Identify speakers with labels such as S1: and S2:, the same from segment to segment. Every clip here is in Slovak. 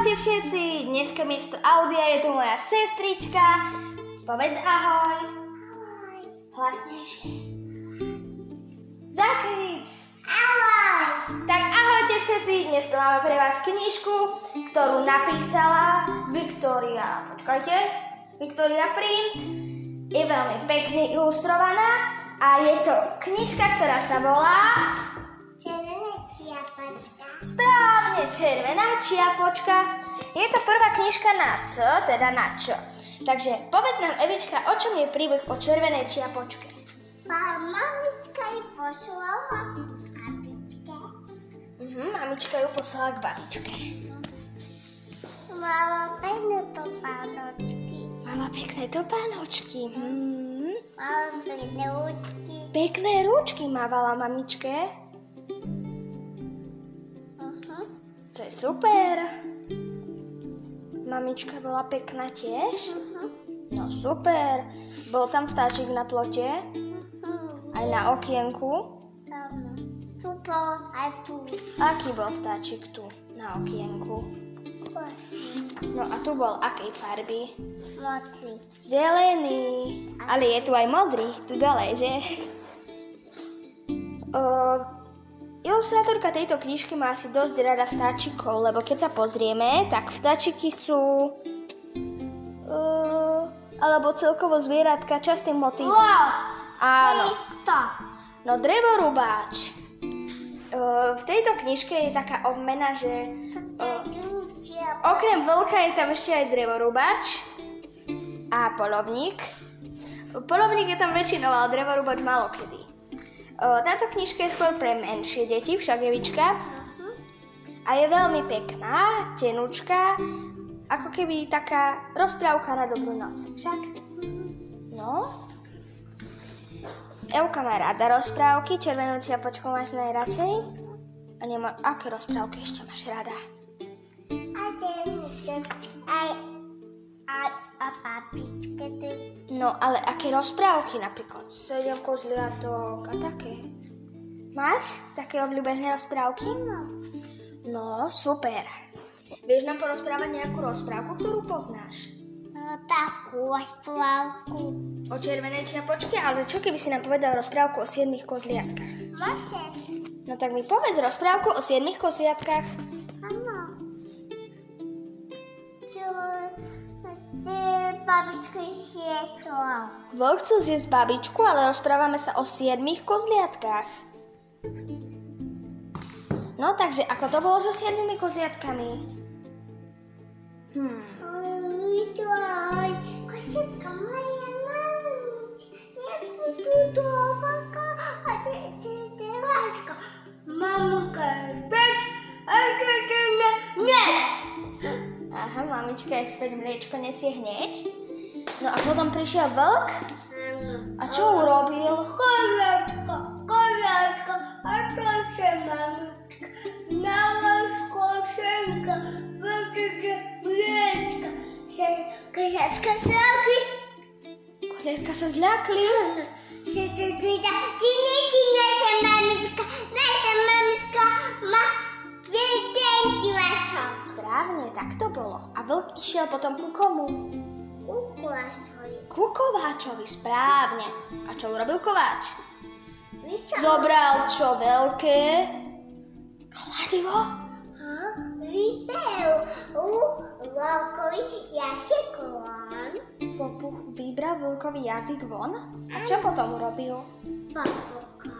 S1: všetci, dneska miesto Audia je tu moja sestrička. Povedz ahoj. Ahoj. Hlasnejšie. Zakrič. Ahoj. Tak ahojte všetci, dnes tu máme pre vás knižku, ktorú napísala Viktória. Počkajte. Viktória Print. Je veľmi pekne ilustrovaná a je to knižka, ktorá sa volá
S2: Červená čiapačka.
S1: Správne, červená čiapočka. Je to prvá knižka na C, teda na Č. Takže povedz nám, Evička, o čom je príbeh o červenej čiapočke?
S2: Moja mamička jej poslala babičke.
S1: Mhm, mamička ju poslala k babičke.
S2: Mala peknú to pánočky.
S1: Mala pekné topánočky. Mhm.
S2: Mala pekné účky.
S1: Pekné rúčky mávala mamičke.
S2: Uh-huh.
S1: To je super. Mamička bola pekná tiež? No super. Bol tam vtáčik na plote? Aj na okienku?
S2: Tu bol a tu.
S1: Aký bol vtáčik tu na okienku? No a tu bol akej farby?
S2: Moci.
S1: Zelený. Ale je tu aj modrý, tu dole, že? O, ilustrátorka tejto knižky má asi dosť rada vtáčikov, lebo keď sa pozrieme, tak vtáčiky sú... O, alebo celkovo zvieratka častým motívom.
S2: Wow.
S1: Áno.
S2: To.
S1: No drevorubáč. O, v tejto knižke je taká obmena, že... O, Okrem vlka je tam ešte aj drevorúbač a polovník. Polovník je tam väčšinou, ale drevorúbač malo kedy. Táto knižka je skôr pre menšie deti, však Evička. A je veľmi pekná, tenučká, ako keby taká rozprávka na dobrú noc. Však? No. Euka má rada rozprávky, červenú ciapočku máš najradšej. A nema, aké rozprávky ešte máš rada?
S2: A ten aj a, a papičke tu.
S1: No, ale aké rozprávky napríklad? Sedem kozliatok a také. Máš také obľúbené rozprávky? No, super. Vieš nám porozprávať nejakú rozprávku, ktorú poznáš?
S2: No takú rozprávku.
S1: O červenej čiapočke, ale čo keby si nám povedal rozprávku o siedmých kozliatkách?
S2: Môžeš?
S1: No tak mi povedz rozprávku o siedmých kozliatkách.
S2: Áno. Čo? Ty babičku sietla.
S1: Vlk chcel zjesť babičku, ale rozprávame sa o siedmých kozliatkách. No takže, ako to bolo so siedmými kozliatkami? Hmm.
S2: Ой, косинка моя мамочка, я буду дома, а ты девочка. Мамка, бег, а ты меня нет.
S1: Aha, mamička je späť, mliečko nesie hneď. No a potom prišiel vlk a čo urobil?
S2: Коробка, коробка, а то же мамочка, на вас косинка, вот это млечко. Козятка сапи.
S1: Kozliatka sa zľakli.
S2: Že tu dvída, ty nesi naša mamička, naša mamička má vedenci vašo.
S1: Správne, tak to bolo. A vlk išiel potom ku komu?
S2: Ukulašovi.
S1: Ku kováčovi, správne. A čo urobil kováč?
S2: Víš čo?
S1: Zobral čo veľké? Kladivo?
S2: Ha? Vyberu u volkovi jašek von.
S1: Popuch vybral vlkový jazyk von. A čo potom urobil?
S2: Papuka.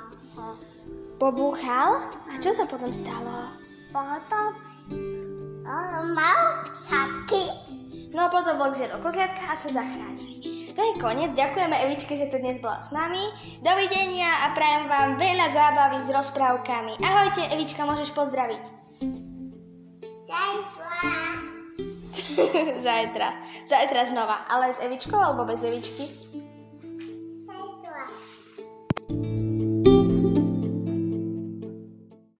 S1: Pobúchal? A čo sa potom stalo?
S2: Potom on mal saky.
S1: No a potom vlk zjedol kozliatka a sa zachránili. To je koniec. Ďakujeme Evičke, že tu dnes bola s nami. Dovidenia a prajem vám veľa zábavy s rozprávkami. Ahojte, Evička, môžeš pozdraviť.
S2: Zajtra.
S1: Zajtra. Zajtra znova. Ale s Evičkou alebo bez Evičky?